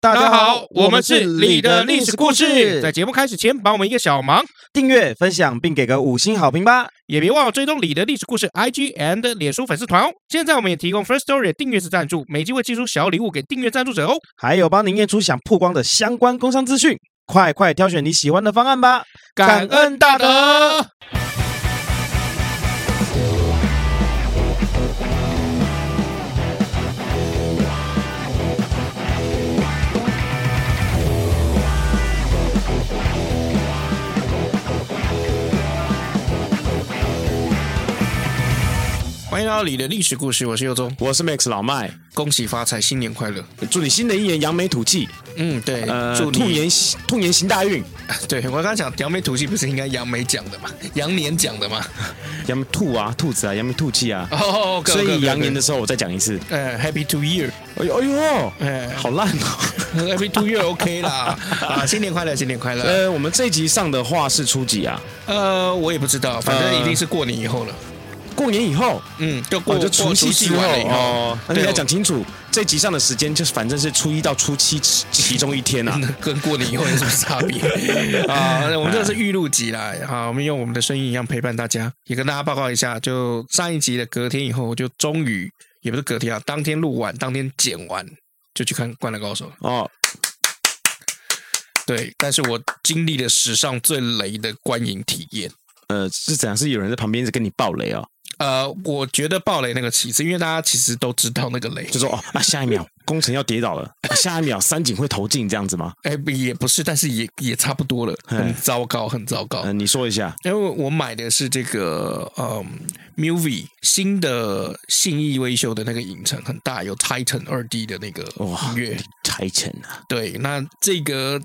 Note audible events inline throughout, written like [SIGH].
大大家家好好，，我我们们是是你你的的历历史史故故事。事在节目开始前，帮我们一个小忙，订阅、分享并给个五星好评吧。也别忘了追踪你的历史故事 IG and 脸书粉丝团哦。现在我们也提供 First Story 的订阅式赞助，每集会寄出小礼物给订阅赞助者哦。还有帮您验出想曝光的相关工商资讯，快快挑选你喜欢的方案吧。感恩大德。欢迎来到你的历史故事，我是佑宗，我是 Max 老麦，恭喜发财，新年快乐！祝你新的一年扬眉吐气，嗯，对，呃，祝兔你年兔年行大运， [LAUGHS] 对我刚刚讲扬眉吐气，不是应该扬眉讲的吗？羊年讲的吗？扬眉兔啊，兔子啊，扬眉吐气啊。哦，各所各以各羊年各的时候，我再讲一次。呃，Happy Two Year，哎呦哎呦，哎好烂哦。 ，Happy Two Year OK 啦，啊，新年快乐，新年快乐。呃， [LAUGHS] 我们这一集上的话是初几啊？呃，我也不知道，反正一定是过年以后了。过年以后，嗯，就过哦我就过除夕夕之后完了以后，哦。那对啊你要我讲清楚，这集上的时间就是反正是初一到初七其其中一天 [LAUGHS] 啊。跟过年以后有什么差别啊？我们这是预录集啦，好，我们用我们的声音一样陪伴大家，也跟大家报告一下，就上一集的隔天以后，我就终于也不是隔天啊，当天录完，当天剪完就去看《灌篮高手》了。哦，对，但是我经历了史上最雷的观影体验。呃，是怎样？是有人在旁边一直跟你爆雷哦，呃，我觉得暴雷那个其次，因为大家其实都知道那个雷，就说哦啊，下一秒 [LAUGHS] 工程要跌倒了，啊下一秒三井会投进这样子吗？哎，不也不是，但是也也差不多了，很糟糕，很糟糕。嗯，你说一下。因为我买的是这个嗯，Movie 新的信义威秀的那个影城，很大，有 Titan 二 D 的那个哇音乐。柴城啊，对，那这个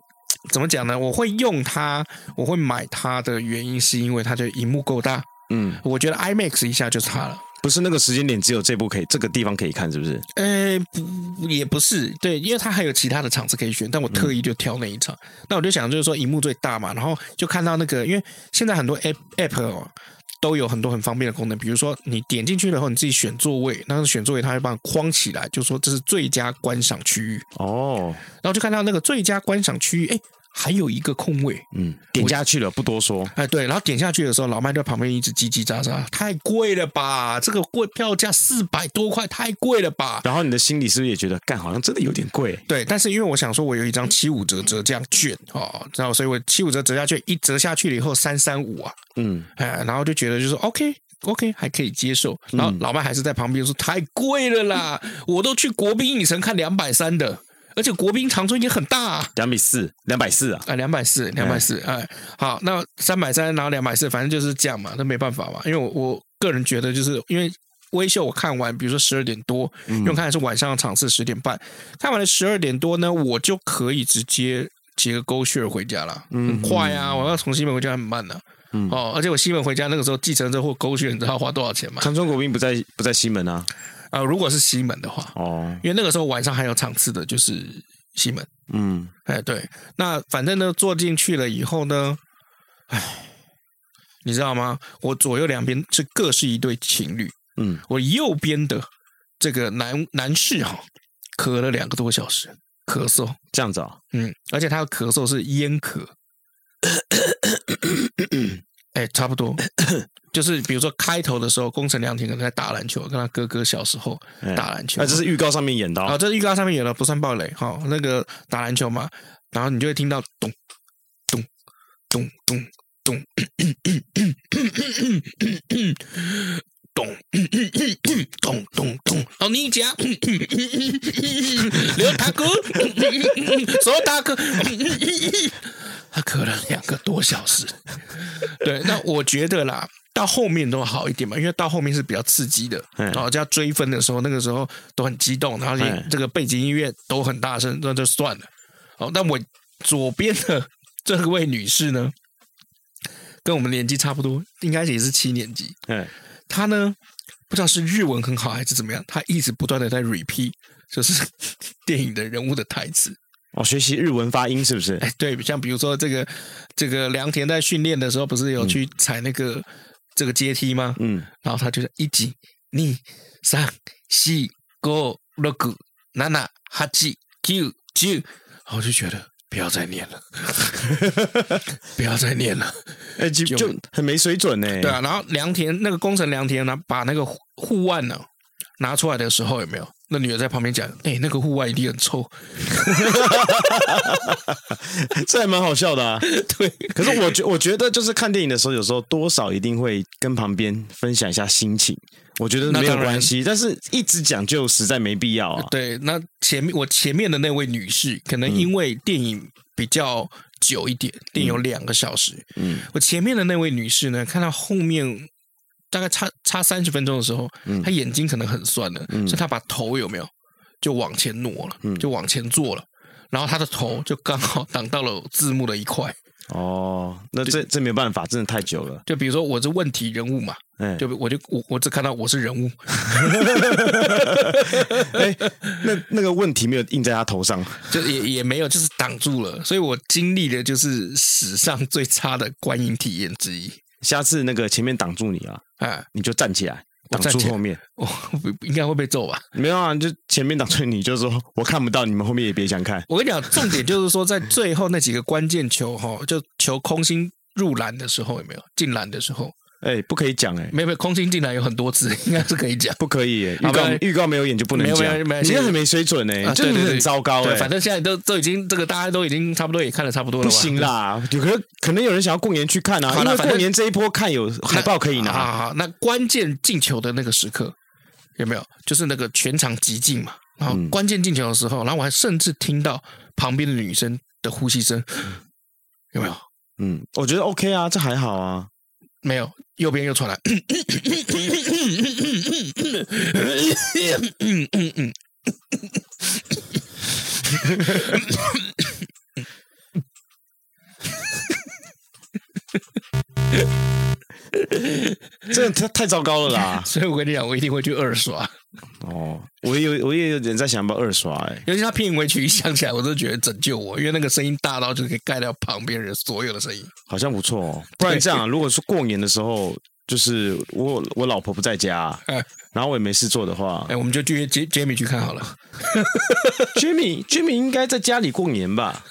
怎么讲呢？我会用它，我会买它的原因是因为它的荧幕够大，嗯，我觉得 IMAX 一下就差了。不是那个时间点，只有这部可以，这个地方可以看，是不是？呃，不，也不是，对，因为它还有其他的场次可以选，但我特意就挑那一场。那我就想，就是说，荧幕最大嘛，然后就看到那个，因为现在很多 app app 哦都有很多很方便的功能，比如说你点进去了后，你自己选座位，那选座位它会帮你框起来，就说这是最佳观赏区域。哦，然后就看到那个最佳观赏区域，哎，还有一个空位，嗯，点下去了，不多说。哎，对，然后点下去的时候，老麦在旁边一直叽叽喳喳，太贵了吧？这个贵票价四百多块，太贵了吧？然后你的心里是不是也觉得，干，好像真的有点贵？对，但是因为我想说，我有一张七五折折价券哦，然后所以我七五折折价券一折下去了以后三三五啊，嗯，哎，然后就觉得就是 OK OK 还可以接受，然后老麦还是在旁边说太贵了啦，我都去国宾影城看两百三的，而且国宾长春也很大啊。两比四，两百四啊。啊，两百四，两百四，哎，好，那三百三，然后两百四，反正就是这样嘛，那没办法嘛，因为我我个人觉得，就是因为微秀我看完，比如说十二点多，因为我看的是晚上的场次十点半，看完了十二点多呢，我就可以直接结个勾血回家了，很快啊，我要从西门回家很慢的、嗯哦，而且我西门回家那个时候，计程车或勾血，你知道花多少钱吗？长春国宾不在，不在西门啊。啊、如果是西门的话，哦，因为那个时候晚上还有场次的，就是西门。嗯，哎，对，那反正呢，坐进去了以后呢，哎，你知道吗？我左右两边是各是一对情侣，嗯，我右边的这个男男士哈、咳了两个多小时，咳嗽，这样子哦。嗯，而且他的咳嗽是烟咳，哎，差不多，就是比如说开头的时候，宫城良田可能在打篮球，跟他哥哥小时候哎打篮球，那这是预告上面演的啊、哦。这预告上面有了，不算暴雷。哈、那个打篮球嘛，然后你就会听到咚咚咚咚咚咚咚咚咚，老尼哦家，刘大哥，手大哥，他咳了两个多小时。对，那我觉得啦，到后面都好一点嘛，因为到后面是比较刺激的，嗯然后就要追分的时候，那个时候都很激动，然后嗯连这个背景音乐都很大声，那就算了。哦，但我左边的这位女士呢，跟我们年纪差不多，应该也是七年级。嗯，她呢，不知道是日文很好还是怎么样，她一直不断的在 repeat，就是 [LAUGHS] 电影的人物的台词。哦，学习日文发音是不是？哎，对，像比如说这个这个良田在训练的时候，不是有去踩那个、这个阶梯吗？嗯，然后他就是一级、二、三、四、五、六、七、八、九、十、然后我就觉得不要再念了， [LAUGHS] 不要再念了。哎，就就很没水准呢。对啊，然后良田那个工程良田呢，把那个护护腕呢拿出来的时候，有没有？那女的在旁边讲：“哎、那个护腕一定很臭。这还蛮好笑的啊。” [LAUGHS] 对，可是我觉我觉得就是看电影的时候，有时候多少一定会跟旁边分享一下心情，我觉得没那有当然关系。但是一直讲究实在没必要啊。对，那前面我前面的那位女士，可能因为电影比较久一点，电影有两个小时，嗯我前面的那位女士呢，看到后面大概差差三十分钟的时候，嗯她眼睛可能很酸了，嗯所以她把头有没有就往前挪了，嗯就往前坐了，然后她的头就刚好挡到了字幕的一块。哦，那这这没办法，真的太久了。就比如说我是问题人物嘛，哎，就我就我我只看到我是人物，哎，那那个问题没有印在他头上。就也也没有就是挡住了，所以我经历的就是史上最差的观影体验之一。下次那个前面挡住你啊，啊，你就站起来我挡站起来住后面。我不应该会被揍吧？没有啊，你就前面挡住你，就说我看不到，你们后面也别想看。我跟你讲，重点就是说，在最后那几个关键球哈，就球空心入篮的时候有没有进篮的时候，哎，不可以讲哎，没有没有空心进篮有很多次，应该是可以讲。不可以耶，好预告吧预告没有演就不能没有讲，没有没有你这现在样很没水准哎，啊就是对你对对很糟糕对，哎，反正现在都都已经这个大家都已经差不多也看的差不多了不吧，行啦， [LAUGHS] 有可可能有人想要过年去看啊，好因啦为反过正年这一波看有海报可以好拿，好好，那关键进球的那个时刻有没有？就是那个全场极静嘛，然后嗯关键进球的时候，然后我还甚至听到旁边的女生的呼吸声，有没有？嗯，我觉得 OK 啊，这还好啊，没有，右边又传来，，这太太糟糕了啦 [LAUGHS] 所以我跟你讲，我一定会去二刷，哦，我也有我也有点在想要不要二刷哎，尤其他片尾曲一响起来，我都觉得拯救我，因为那个声音大到就可以盖掉旁边人所有的声音。好像不错哦，不然这样啊，如果是过年的时候，就是我我老婆不在家哎。然后我也没事做的话 [LAUGHS] 哎，我们就去杰杰米去看好了， [LAUGHS] ，Jimmy Jimmy 应该在家里过年吧？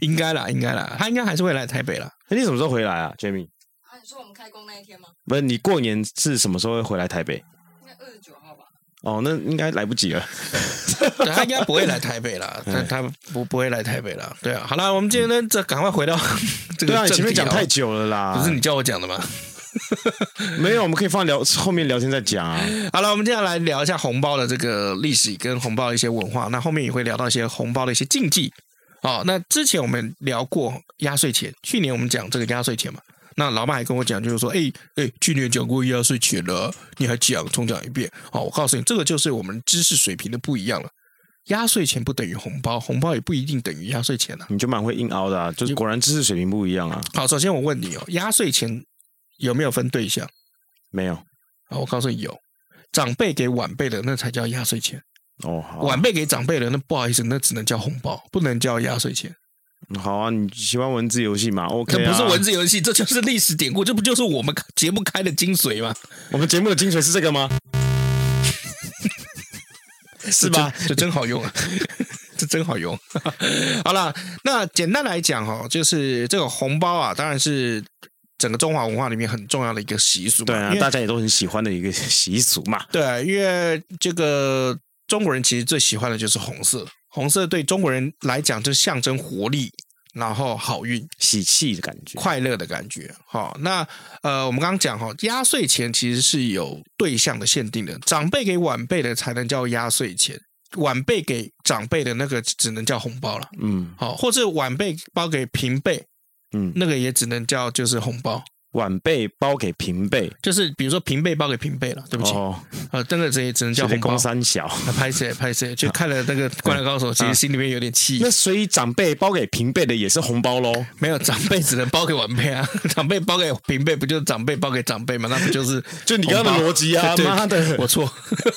应该啦，应该啦，他应该还是会来台北啦。哎，你什么时候回来啊，Jimmy？啊，你说我们开工那一天吗？不是你过年是什么时候会回来台北？应该二十九号吧。哦，那应该来不及了。 [LAUGHS] 对他应该不会来台北 [LAUGHS] 啦，哎他他不不会来台北啦。对啊，好啦，我们今天这赶快回到 [LAUGHS] 这个对啊，你正前面题讲哦太啊久了啦。不是你叫我讲的吗？没有，我们可以放聊后面聊天再讲啊。 [LAUGHS] 好了，我们接下来聊一下红包的这个历史跟红包的一些文化，那后面也会聊到一些红包的一些禁忌。哦，那之前我们聊过压岁钱，去年我们讲这个压岁钱嘛，那老板还跟我讲，就是说，哎哎，去年讲过压岁钱了，你还讲重讲一遍。哦，我告诉你，这个就是我们知识水平的不一样了。压岁钱不等于红包，红包也不一定等于压岁钱啊。你就蛮会硬凹的啊，就是果然知识水平不一样啊。好，首先我问你哦，压岁钱有没有分对象没有啊？我告诉你有，长辈给晚辈的那才叫压岁钱，哦，好啊晚辈给长辈的那不好意思，那只能叫红包，不能叫压岁钱。好啊，你喜欢文字游戏嘛这？OK，、啊、不是文，字游戏，这就是历史典故，这不就是我们节目开的精髓吗？我们节目的精髓是这个 [LAUGHS] 吗？ [LAUGHS] 是吧？这真好用啊， [LAUGHS] 这真好用。 [LAUGHS] 好了，那简单来讲哦，就是这个红包啊，当然是整个中华文化里面很重要的一个习俗嘛。对啊因为，大家也都很喜欢的一个习俗嘛。 [LAUGHS] 对，因为这个中国人其实最喜欢的就是红色，红色对中国人来讲就象征活力，然后好运、喜气的感觉，快乐的感觉。好、那呃，我们刚刚讲哈、压岁钱其实是有对象的限定的，长辈给晚辈的才能叫压岁钱，晚辈给长辈的那个只能叫红包了。嗯好、或者晚辈包给平辈，嗯，那个也只能叫就是红包，晚辈包给平辈，就是比如说平辈包给平辈了，对不起，哦，呃，真的这也只能叫叫红包公。三小。啊拍谁拍谁，就看了那个《灌篮高手》，其实心里面有点气啊那。所以长辈包给平辈的也是红包喽。没有长辈只能包给晚辈啊， [LAUGHS] 长辈包给平辈，不就是长辈包给长辈吗？那不就是 [LAUGHS] 就你刚刚的红包 [LAUGHS] 逻辑啊对妈的我 [LAUGHS] 错。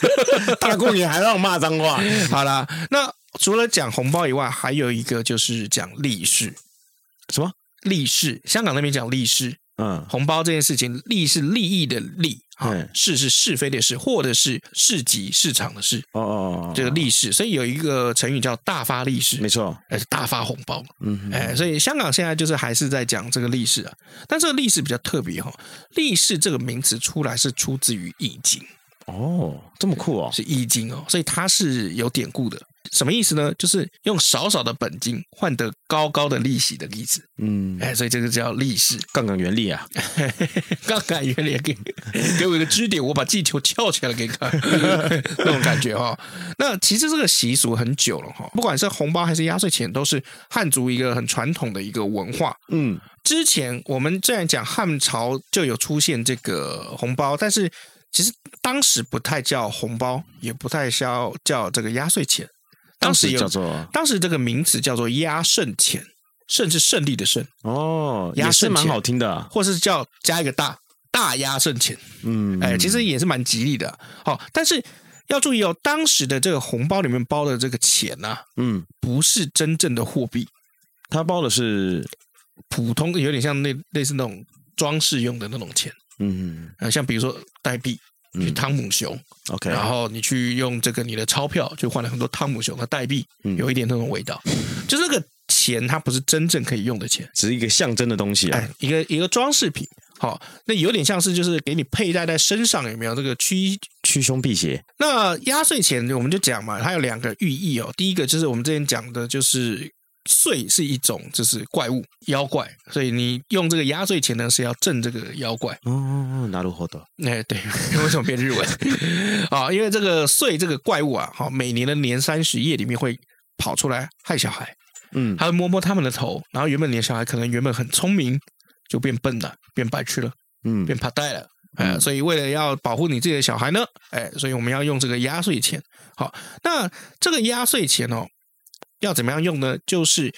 [LAUGHS] 大过年还让我骂脏话， [LAUGHS] 好啦，那除了讲红包以外，还有一个就是讲历史。 [LAUGHS] 什么？历史，香港那边讲历史，嗯，红包这件事情，利是利益的利，啊对，市是是非的市，或者是市集市场的市，哦哦哦，这个利市，所以有一个成语叫大发利市，没错，哎，大发红包。嗯，哎，所以香港现在就是还是在讲这个历史啊，但这个历史比较特别哈、哦，历史这个名词出来是出自于《易经》，哦，这么酷哦，是《易经》哦，所以它是有典故的。什么意思呢？就是用少少的本金换得高高的利息的例子，嗯，哎，所以这个叫 [LAUGHS] 历史。杠杆原理啊，杠杆原理给给我一个支点，我把气球翘起来给你看，那种感觉哈、那其实这个习俗很久了哈、不管是红包还是压岁钱，都是汉族一个很传统的一个文化。嗯，之前我们虽然讲汉朝就有出现这个红包，但是其实当时不太叫红包，也不太叫叫这个压岁钱。当时有叫做当时这个名词叫做压胜钱，胜是胜利的胜，哦，压也是胜蛮钱好听的啊，或是叫加一个大大压胜钱。嗯，哎，其实也是蛮吉利的。好、但是要注意哦，当时的这个红包里面包的这个钱呢、嗯，不是真正的货币，他包的是，普通有点像那类似那种装饰用的那种钱，嗯呃，像比如说代币。去汤姆熊， ，OK，然后你去用这个你的钞票去换了很多汤姆熊的代币，嗯有一点那种味道，就是那个钱它不是真正可以用的钱，只是一个象征的东西啊哎，，一个一个装饰品。好、那有点像是就是给你佩戴在身上，有没有这个驱趋凶避邪，那压岁钱我们就讲嘛，它有两个寓意哦。第一个就是我们之前讲的，就是岁是一种就是怪物妖怪，所以你用这个压岁钱呢是要镇这个妖怪。哦哦，拿入活的，哎，对， [LAUGHS] 为什么变日文 [LAUGHS] 啊？因为这个岁这个怪物啊，好，每年的年三十夜里面会跑出来害小孩，嗯，它会摸摸他们的头，然后原本你的小孩可能原本很聪明，就变笨了，变白痴了。嗯变怕呆了。哎、所以为了要保护你自己的小孩呢，哎，所以我们要用这个压岁钱。好，那这个压岁钱哦，要怎么样用呢？就是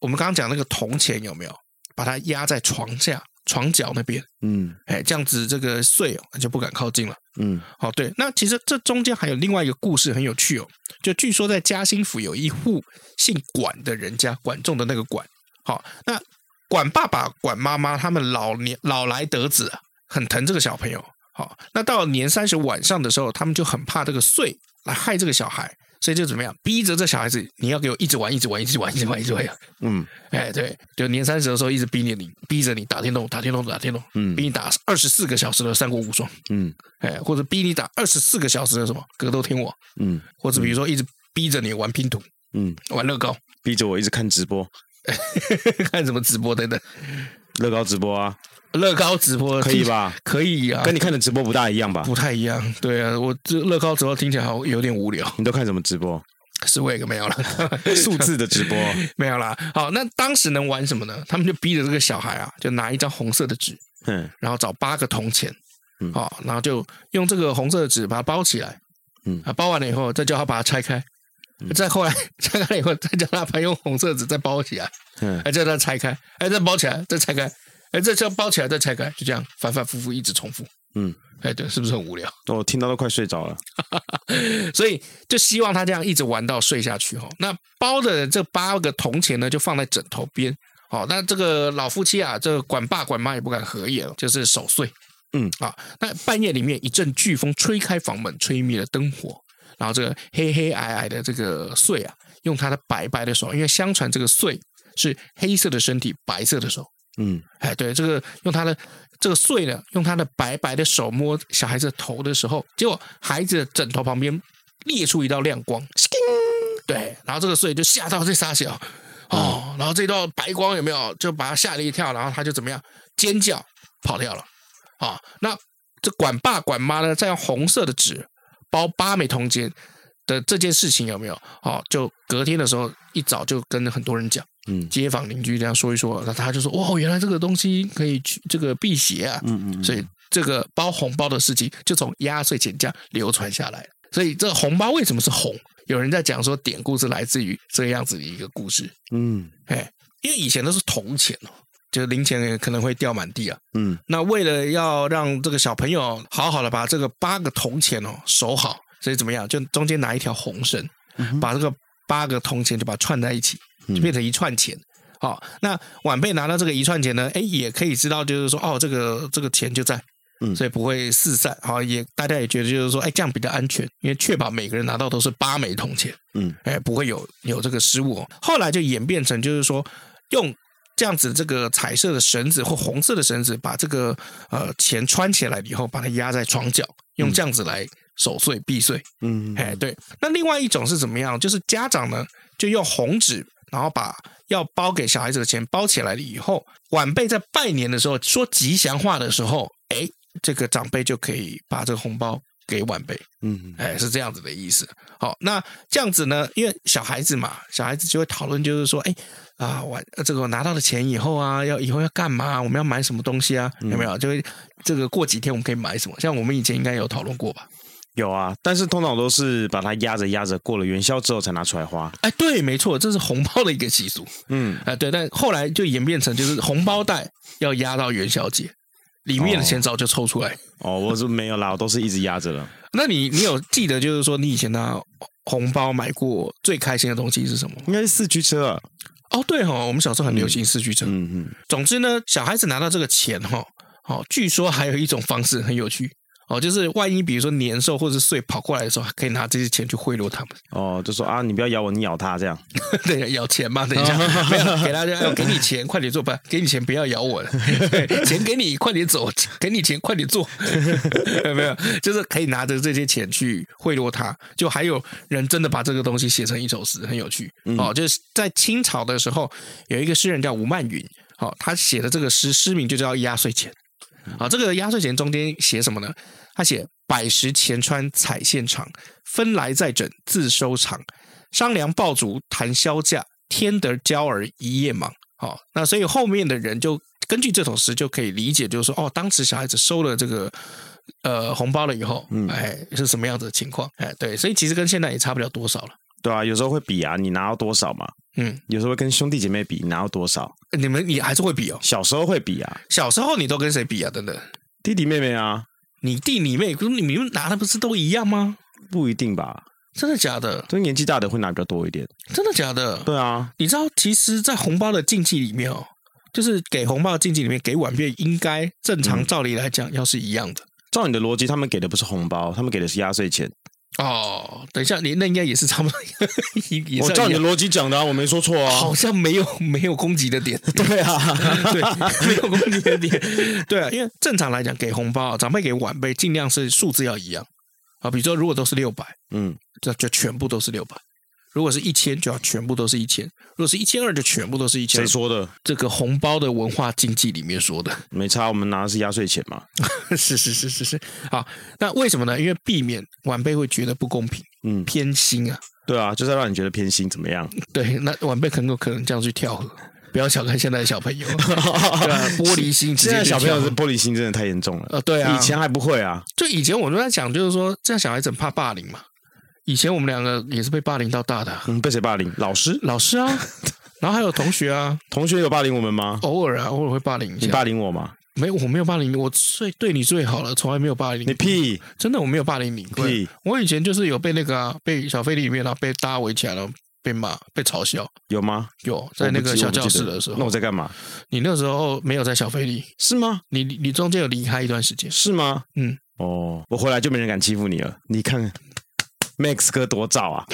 我们刚刚讲那个铜钱有没有，把它压在床下、床角那边，嗯哎，这样子这个祟哦就不敢靠近了。嗯，好，哦对，那其实这中间还有另外一个故事很有趣哦，就据说在嘉兴府有一户姓管的人家，管仲的那个管，好，那管爸爸、管妈妈他们老年老来得子啊，很疼这个小朋友。好，那到年三十晚上的时候，他们就很怕这个岁来害这个小孩，所以就怎么样，逼着这小孩子，你要给我一直玩，一直玩，一直玩，一直玩，一直玩。嗯哎，对，就年三十的时候一直逼着你，逼着你打电动，打电动，打电动，嗯逼你打二十四个小时的三国无双。嗯哎，或者逼你打二十四个小时的什么格斗天王，嗯或者比如说一直逼着你玩拼图、嗯，玩乐高、 [LAUGHS] 逼着我一直看直播，看什么直播等等，乐高直播啊，乐高直播可以？吧？可以啊，跟你看的直播不大一样吧？不太一样。对啊，我这乐高直播听起来好有点无聊，你都看什么直播？是我也没有了， [LAUGHS] 数字的 [LAUGHS] 直播，没有啦。好，那当时能玩什么呢？他们就逼着这个小孩啊，就拿一张红色的纸，嗯然后找八个铜钱，嗯好、然后就用这个红色的纸把它包起来，嗯啊，包完了以后再叫他把它拆开，再后来拆开了以后再叫他把用红色纸再包起来，嗯哎，再让它拆开，哎，再包起来，再拆开，哎，再叫包起来，再拆开，就这样反反复复一直重复，嗯，哎，对，是不是很无聊？我听到都快睡着了。所以就希望他这样一直玩到睡下去哦。那包的这八个铜钱呢，就放在枕头边。哦，那这个老夫妻啊，这个管爸管妈也不敢合眼，就是守岁。嗯啊，那半夜里面一阵飓风吹开房门，吹灭了灯火，然后这个黑黑矮矮的这个穗啊，用他的白白的手，因为相传这个穗是黑色的身体，白色的手，嗯哎，对，这个用他的这个碎呢，用他的白白的手摸小孩子的头的时候，结果孩子的枕头旁边裂出一道亮光，对，然后这个碎就吓到这傻小哦，然后这道白光有没有就把他吓了一跳，然后他就怎么样尖叫跑掉了啊、那这管爸管妈呢，再用红色的纸包八枚铜钱的这件事情有没有？哦，就隔天的时候一早就跟很多人讲。嗯街坊邻居这样说一说，那他就说：“哇，原来这个东西可以去这个辟邪啊！”嗯嗯所以这个包红包的事情就从压岁钱这样流传下来。所以这个红包为什么是红？有人在讲说典故是来自于这样子的一个故事，嗯哎，因为以前都是铜钱哦，就是零钱也可能会掉满地啊。嗯那为了要让这个小朋友好好的把这个八个铜钱哦守好，所以怎么样？就中间拿一条红绳，把这个八个铜钱就把它串在一起，就变成一串钱。好、那晚辈拿到这个一串钱呢，哎，也可以知道，就是说，哦，这个这个钱就在嗯所以不会四散。好，也大家也觉得就是说，哎，这样比较安全，因为确保每个人拿到都是八枚铜钱，嗯，哎，不会有有这个失误、哦。后来就演变成就是说，用这样子这个彩色的绳子或红色的绳子，把这个呃钱穿起来以后，把它压在床角，用这样子来守岁避岁。嗯，哎，对。那另外一种是怎么样？就是家长呢，就用红纸，然后把要包给小孩子的钱包起来了以后，晚辈在拜年的时候说吉祥话的时候，哎，这个长辈就可以把这个红包给晚辈。嗯，哎，是这样子的意思。好，那这样子呢，因为小孩子嘛，小孩子就会讨论，就是说，哎啊，我呃这个我拿到的钱以后啊，要以后要干嘛？我们要买什么东西啊？有没有？就会这个过几天我们可以买什么？像我们以前应该有讨论过吧？有啊，但是通常都是把它压着压着，过了元宵之后才拿出来花。哎，对，没错，这是红包的一个习俗。嗯，啊，对，但后来就演变成就是红包袋要压到元宵节，里面的钱早就抽出来。哦，我是没有啦，我都是一直压着了。那你你有记得就是说你以前拿红包买过最开心的东西是什么吗？应该是四驱车啊。哦，对哦，我们小时候很流行四驱车。嗯嗯，总之呢，小孩子拿到这个钱哈、哦，据说还有一种方式很有趣哦，就是万一比如说年兽或者岁跑过来的时候，还可以拿这些钱去贿赂他们。哦，就说啊，你不要咬我，你咬它这样。 [LAUGHS] 对，要钱嘛？等一下，没有给大家，要给你钱，快点做吧，给你钱，不要咬我了， [LAUGHS] 对钱给你，快点走，给你钱，快点做， [LAUGHS] 有没有？就是可以拿着这些钱去贿赂他，就还有人真的把这个东西写成一首诗，很有趣、哦。就是在清朝的时候，有一个诗人叫吴曼云，哦，他写的这个诗，诗名就叫《压岁钱》。啊、这个压岁钱中间写什么呢？他写“百十钱穿彩线长，分来再整自收藏。商量爆竹谈销价，天得娇儿一夜忙。好、那所以后面的人就根据这首诗就可以理解，就是说，哦，当时小孩子收了这个呃红包了以后，哎，是什么样子的情况？哎，对，所以其实跟现在也差不了多少了。对啊，有时候会比啊，你拿到多少嘛？嗯，有时候会跟兄弟姐妹比，你拿到多少？你们你还是会比哦。小时候会比啊，小时候你都跟谁比啊？等等，弟弟妹妹啊，你弟你妹，不是你们拿的不是都一样吗？不一定吧？真的假的？所以年纪大的会拿比较多一点。真的假的？对啊，你知道，其实，在红包的禁忌里面哦，就是给红包的禁忌里面，给晚辈应该正常照理来讲要是一样的。照你的逻辑，他们给的不是红包，他们给的是压岁钱。哦，等一下，你那应该也是差不多，也也我是照一 [LAUGHS] 你的样。逻辑讲的啊，我没说错啊好。像没有 [LAUGHS] 没有攻击的点， [LAUGHS] 对啊， [LAUGHS] 对，没有攻击的点， [LAUGHS] 对啊，因为正常来讲，给红包啊，长辈给晚辈尽量是数字要一样啊，比如说如果都是六百，嗯，这就全部都是六百；如果是一千，就要全部都是一千；如果是一千二，就全部都是一千谁。说的？这个红包的文化禁忌里面说的， [LAUGHS] 没差，我们拿的是压岁钱嘛。是是是是是，好，那为什么呢？因为避免晚辈会觉得不公平、嗯，偏心啊。对啊，就是要让你觉得偏心怎么 [LAUGHS] 样？对，那晚辈很有可能这样去 [LAUGHS] 跳河。不要小看现在的小朋友，对啊，玻璃心直现在接去小跳河。朋友是玻璃心，真的太严重了。呃，对啊，以前还不会啊。就以前我都在讲，就是说这样小孩子很怕霸凌嘛。以前我们两个也是被霸凌到大的啊、嗯，被谁霸凌？老师、老师啊， [LAUGHS] 然后还有同学啊，同学有霸凌我们吗？偶尔啊，偶尔会霸凌一你下。霸凌我吗？没有，我没有霸凌你，我最对你最好了，从来没有霸凌你屁！真的我没有霸凌你，啊屁我以前就是有被那个啊，被小飞里面啊，被大家围起来了，被骂，被嘲笑。有吗？有在那我个不记小我不教记室得的时那我候，在干嘛？你那时候没有在小飞里，是吗？你你中间有离开一段时间。是吗？嗯，哦，我回来就没人敢欺负你了。你看看 Max 哥多燥啊！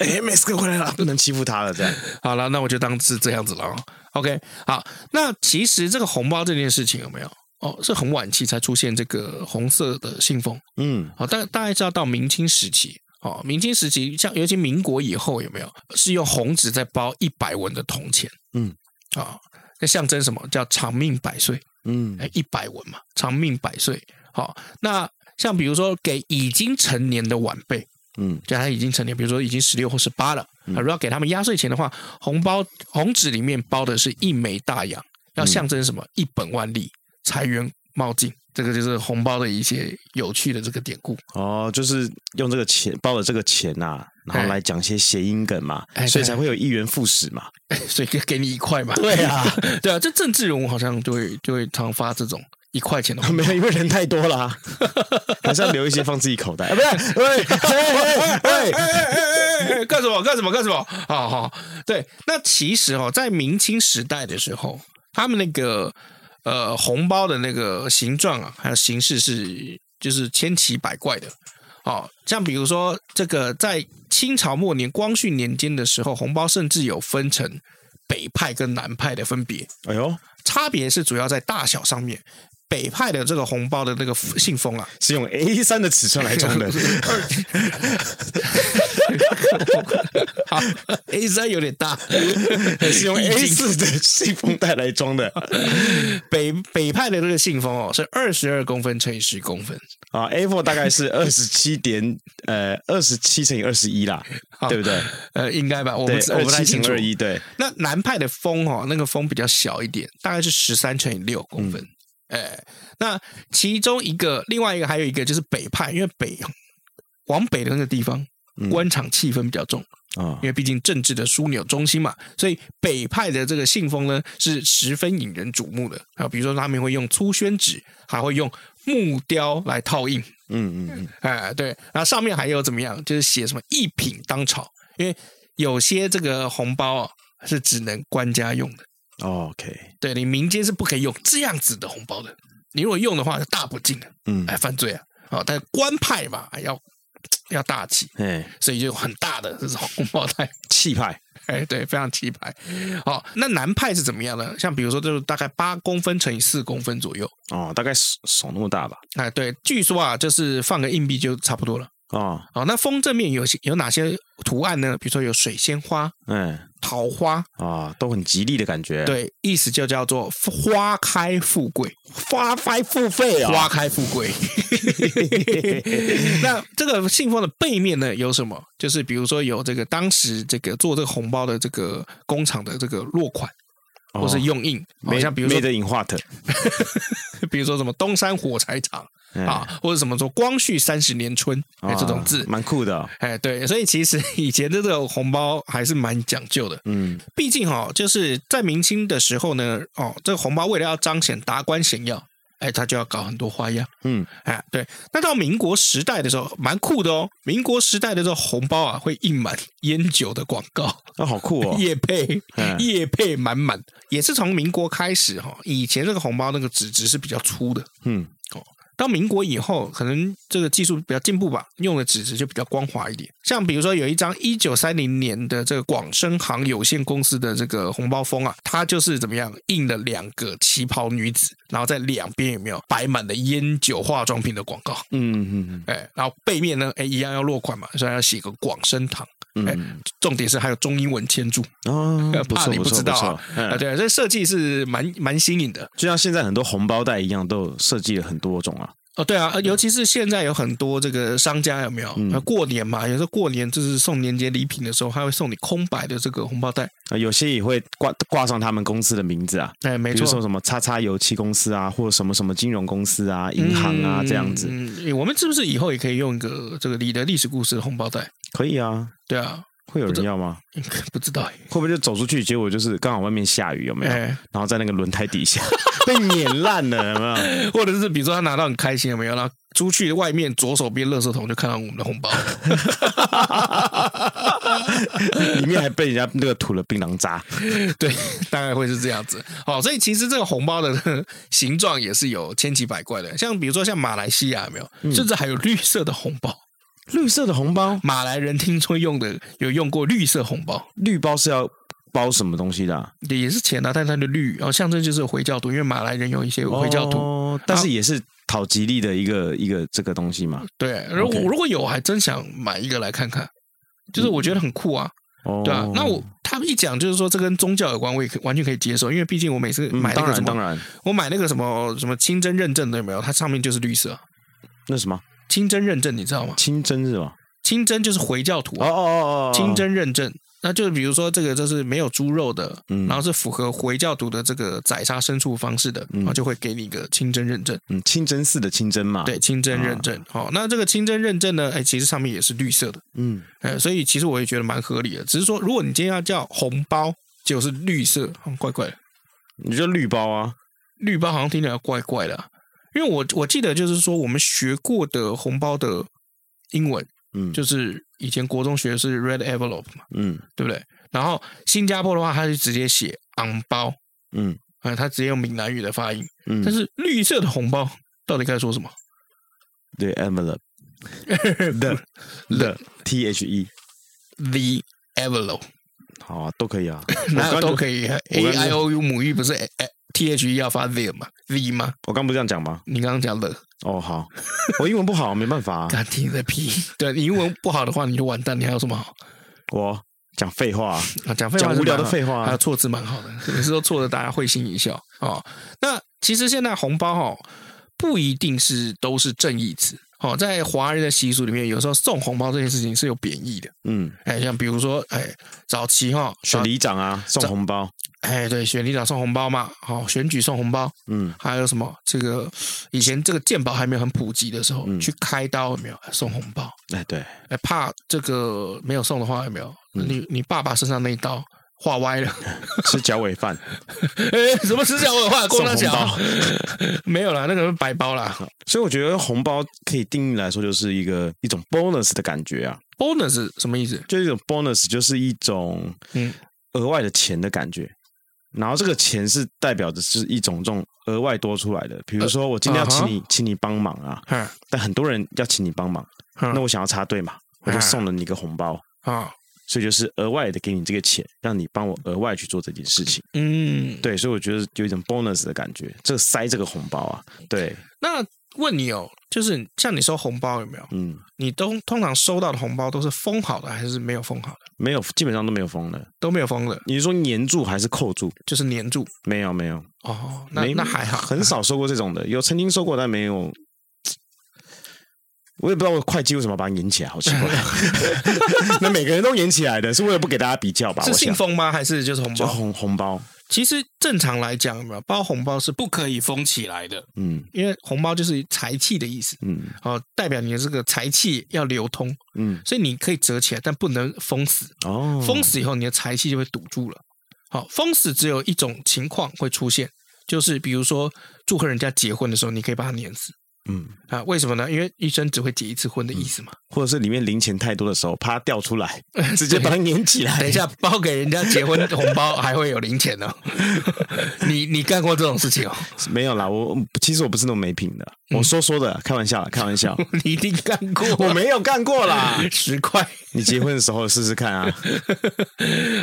哎、m a x 哥回来了，不能欺负他了，这样。好了，那我就当是这样子了、哦。OK，好，那其实这个红包这件事情有没有？哦，是很晚期才出现这个红色的信封。嗯，好，大大概是要到明清时期。哦，明清时期，像尤其民国以后，有没有是用红纸在包一百文的铜钱？嗯，啊、那象征什么叫长命百岁？嗯，哎，一百文嘛，长命百岁。好、那像比如说给已经成年的晚辈，嗯，就他已经成年，比如说已经十六或十八了，啊如果要给他们压岁钱的话，红包红纸里面包的是一枚大嗯洋，要象征什么？一本万利，财源茂进。这个就是红包的一些有趣的这个典故。 [LAUGHS] 哦，就是用这个钱包了这个钱呐、然哎后来讲些谐音梗嘛，哎所对以才会有一元复始嘛。所以给给你一块嘛。对啊， [LAUGHS] 对啊，这政治人物好像就会就会常发这种一块钱的红包。 [LAUGHS] 没有，因为人太多了、啊，还是要留一些放自己口袋。啊、不是， [LAUGHS] 喂，喂，喂，哎干什么干什么干什么？好好，对，那其实哦，在明清时代的时候，他们那个呃红包的那个形状啊，还有形式是就是千奇百怪的。哦，像比如说这个在清朝末年光绪年间的时候，红包甚至有分成北派跟南派的分别，哎呦，差别是主要在大小上面。北派的这个红包的那个信封啊，是用 A 三的尺寸来装的好 A 三有点大，是用 A 四的信封袋来装的北北派的这个信封哦，是二十二公分乘以十公分，啊。A [LAUGHS] four 大概是二十七点呃二十七乘以二十一啦，好对不对？呃，应该吧？我不对，知我二不太七清乘楚二。一，对，那南派的风哦，那个风比较小一点，大概是十三乘以六公分。嗯哎，那其中一个，另外一个还有一个就是北派，因为北往北的那个地方嗯，官场气氛比较重，啊因为毕竟政治的枢纽中心嘛，所以北派的这个信封呢是十分引人瞩目的。啊还有比如说他们会用粗宣纸，还会用木雕来套印。嗯嗯嗯，哎，对，然后上面还有怎么样，就是写什么一品当朝，因为有些这个红包啊是只能官家用的，哦 OK，对你民间是不可以用这样子的红包的，你如果用的话是大不敬的，嗯，哎，犯罪啊，哦，但官派嘛哎要要大气，哎，所以就有很大的这种红包袋，气派，哎，对，非常气派。好，那南派是怎么样呢？像比如说，就是大概八公分乘以四公分左右，哦，大概手手那么大吧，哎，对，据说啊，就是放个硬币就差不多了。哦，好，那风正面有些有哪些图案呢？比如说有水仙花、嗯，桃花，啊，都很吉利的感觉，，对，意思就叫做花开富贵，花费付费花，开富贵。啊 [LAUGHS] 那这个信封的背面呢有什么？就是比如说有这个当时这个做这个红包的这个工厂的这个落款。哦或是用印，好、没像比如说没，得引 what [LAUGHS] 比如说什么东山火柴厂、哎啊，或者什么说光绪三十年春，哦哎、这种字，蛮酷的哦，哎，对，所以其实 [LAUGHS] 以前的这种红包还是蛮讲究的。嗯，毕竟哈、哦，就是在明清的时候呢，哦，这个红包为了要彰显达官显要，哎，他就要搞很多花样，嗯，哎，对。那到民国时代的时候，蛮酷的哦。民国时代的这个红包啊，会印满烟酒的广告，那好酷 [LAUGHS] 哦，叶配嗯，叶配满满。也是从民国开始哈、哦，以前这个红包那个纸质是比较粗的，嗯，到民国以后，可能这个技术比较进步吧，用的纸质就比较光滑一点。像比如说有一张一九三零年的这个广生行有限公司的这个红包封啊，它就是怎么样印了两个旗袍女子，然后在两边有没有摆满了烟酒化妆品的广告？嗯嗯哎，然后背面呢，哎一样要落款嘛，所以要写个广生堂。哎嗯，重点是还有中英文签注哦，不 [LAUGHS] 怕错你不不错知不道错啊，嗯啊，对，这设计是蛮蛮新颖的。就像现在很多红包袋一样，都有设计了很多种啊。哦，对啊，呃尤其是现在有很多这个商家有没有？嗯呃过年嘛，有时候过年就是送年节礼品的时候，他会送你空白的这个红包袋。呃有些也会挂挂上他们公司的名字啊，哎，没比如说错，什么叉叉油漆公司啊，或者什么什么金融公司啊、银行啊这样子，嗯，嗯我们是不是以后也可以用一个这个你的历史故事的红包袋？可以啊。对啊，会有人要吗？应该不知道哎会不会就走出去，结果就是刚好外面下雨，有没有？哎，然后在那个轮胎底 [LAUGHS] 下被碾烂了，有没有？ [LAUGHS] 或者是比如说他拿到很开心有没有？然后出去外面左手边垃圾桶就看到我们的红包， [LAUGHS] 里面还被人家那个吐了槟榔渣。 [LAUGHS] 对，大概会是这样子。好，所以其实这个红包的 [LAUGHS] 呵呵形状也是有千奇百怪的，像比如说像马来西亚有没嗯有，甚至还有绿色的红包。 [LAUGHS] 绿色的红包，马来人听说用的有用过绿色红包，绿包是要包什么东西的啊、也是钱啊，但它的绿，然、后象征就是回教徒，因为马来人有一些回教徒。啊哦但是也是讨吉利的一个一个这个东西嘛。对，如果 OK 如果有，还真想买一个来看看，就是我觉得很酷啊，哦，对啊。那我他们一讲就是说这跟宗教有关，我也可以完全可以接受，因为毕竟我每次嗯买那当个什然当么，然，我买那个什么什么清真认证的有没有？它上面就是绿色，那什么清真认证你知道吗？清真是吧？清真就是回教徒哦啊，哦哦哦，哦清真认证。那就是比如说这个就是没有猪肉的，嗯然后是符合回教徒的这个宰杀牲畜方式的，嗯然后就会给你一个清真认证。嗯，清真寺的清真嘛。对，，清真认证。啊好、那这个清真认证呢，哎，其实上面也是绿色的，嗯，哎，所以其实我也觉得蛮合理的。只是说，如果你今天要叫红包，就是绿色，嗯、怪怪的。你就绿包啊，绿包好像听起来怪怪的啊、因为我我记得就是说我们学过的红包的英文，嗯，就是以前国中学的是 red envelope 嘛。嗯对不对？然后新加坡的话，它是直接写昂包，嗯，啊，他直接用闽南语的发音。嗯但，是绿色的红包到底该说什么？对 envelope the the t h e， the envelope，好啊，都可以 [LAUGHS] 啊，哪有我刚都可以？A 刚就 I O U 母语不是 T H E 要发 the 吗？the 吗？我刚不是这样讲吗？你刚刚讲 the，哦，好，我英文不好，没办法啊、 [LAUGHS] 敢听个屁！对你英文不好的话，你就完蛋。你还有什么好我讲废话啊、啊？讲废话讲是无聊的蛮好废话还有啊，错字蛮好的， [LAUGHS] 每次都错的大家会心一笑哦。那其实现在红包哈、哦，不一定是都是正义词哦，在华人的习俗里面，有时候送红包这件事情是有贬义的。 [LAUGHS] 嗯，哎，像比如说，哎，早期哈、哦，选里长啊，送红包，哎，对，选里长送红包嘛，好、选举送红包，嗯，还有什么？这个以前这个鉴宝还没有很普及的时候，嗯去开刀有没有送红包？哎，对，哎，怕这个没有送的话，有没有？嗯你你爸爸身上那一刀划歪了，吃脚尾 [LAUGHS] 饭，哎， [LAUGHS] 什么死角文化？光他送讲红 [LAUGHS] 没有啦，那个是白包啦所以我觉得红包可以定义来说，就是一个一种 bonus 的感觉啊， ，bonus 什么意思？就是一种 bonus，就是一种嗯额外的钱的感觉。然后这个钱是代表的是一种这种额外多出来的，比如说我今天要请你、请你帮忙啊，哼但很多人要请你帮忙，哼那我想要插队嘛，我就送了你一个红包，啊，所以就是额外的给你这个钱，让你帮我额外去做这件事情。嗯，对，所以我觉得有一种 bonus 的感觉，这塞这个红包啊，对，那问你哦，就是像你收红包有没有？嗯，你都通常收到的红包都是封好的还是没有封好的？没有，基本上都没有封的。都没有封的，你是说粘住还是扣住？就是粘住。没有，没有，哦，那没那还好，很少收过这种的，有曾经收过，但没有。我也不知道我会计为什么把它粘起来，好奇 [LAUGHS] 怪。 [LAUGHS] 那每个人都粘起来的，是为了不给大家比较吧？是啊我信想，封吗？还是就是红就包？红红包，其实正常来讲，有没有包红包是不可以封起来的，嗯因为红包就是财气的意思，嗯哦，代表你的这个财气要流通，嗯，所以你可以折起来，但不能封死。哦，封死以后，你的财气就会堵住了。好，封死只有一种情况会出现，就是比如说祝贺人家结婚的时候，你可以把它碾死嗯，啊？为什么呢？因为一生只会结一次婚的意思嘛。或者是里面零钱太多的时候，啪掉出 [LAUGHS] 来，直接把它粘起来。等一下，包给人家结婚的红包还会有零钱呢、 [LAUGHS] 你你干过这种事情哦？ [LAUGHS] 没有啦，我其实我不是那种没品的，嗯我说说的，开玩笑啦，开玩 [LAUGHS] 笑，你一定干过，啊我没有干过啦。 [LAUGHS] 十块。你结婚的时候试试看啊，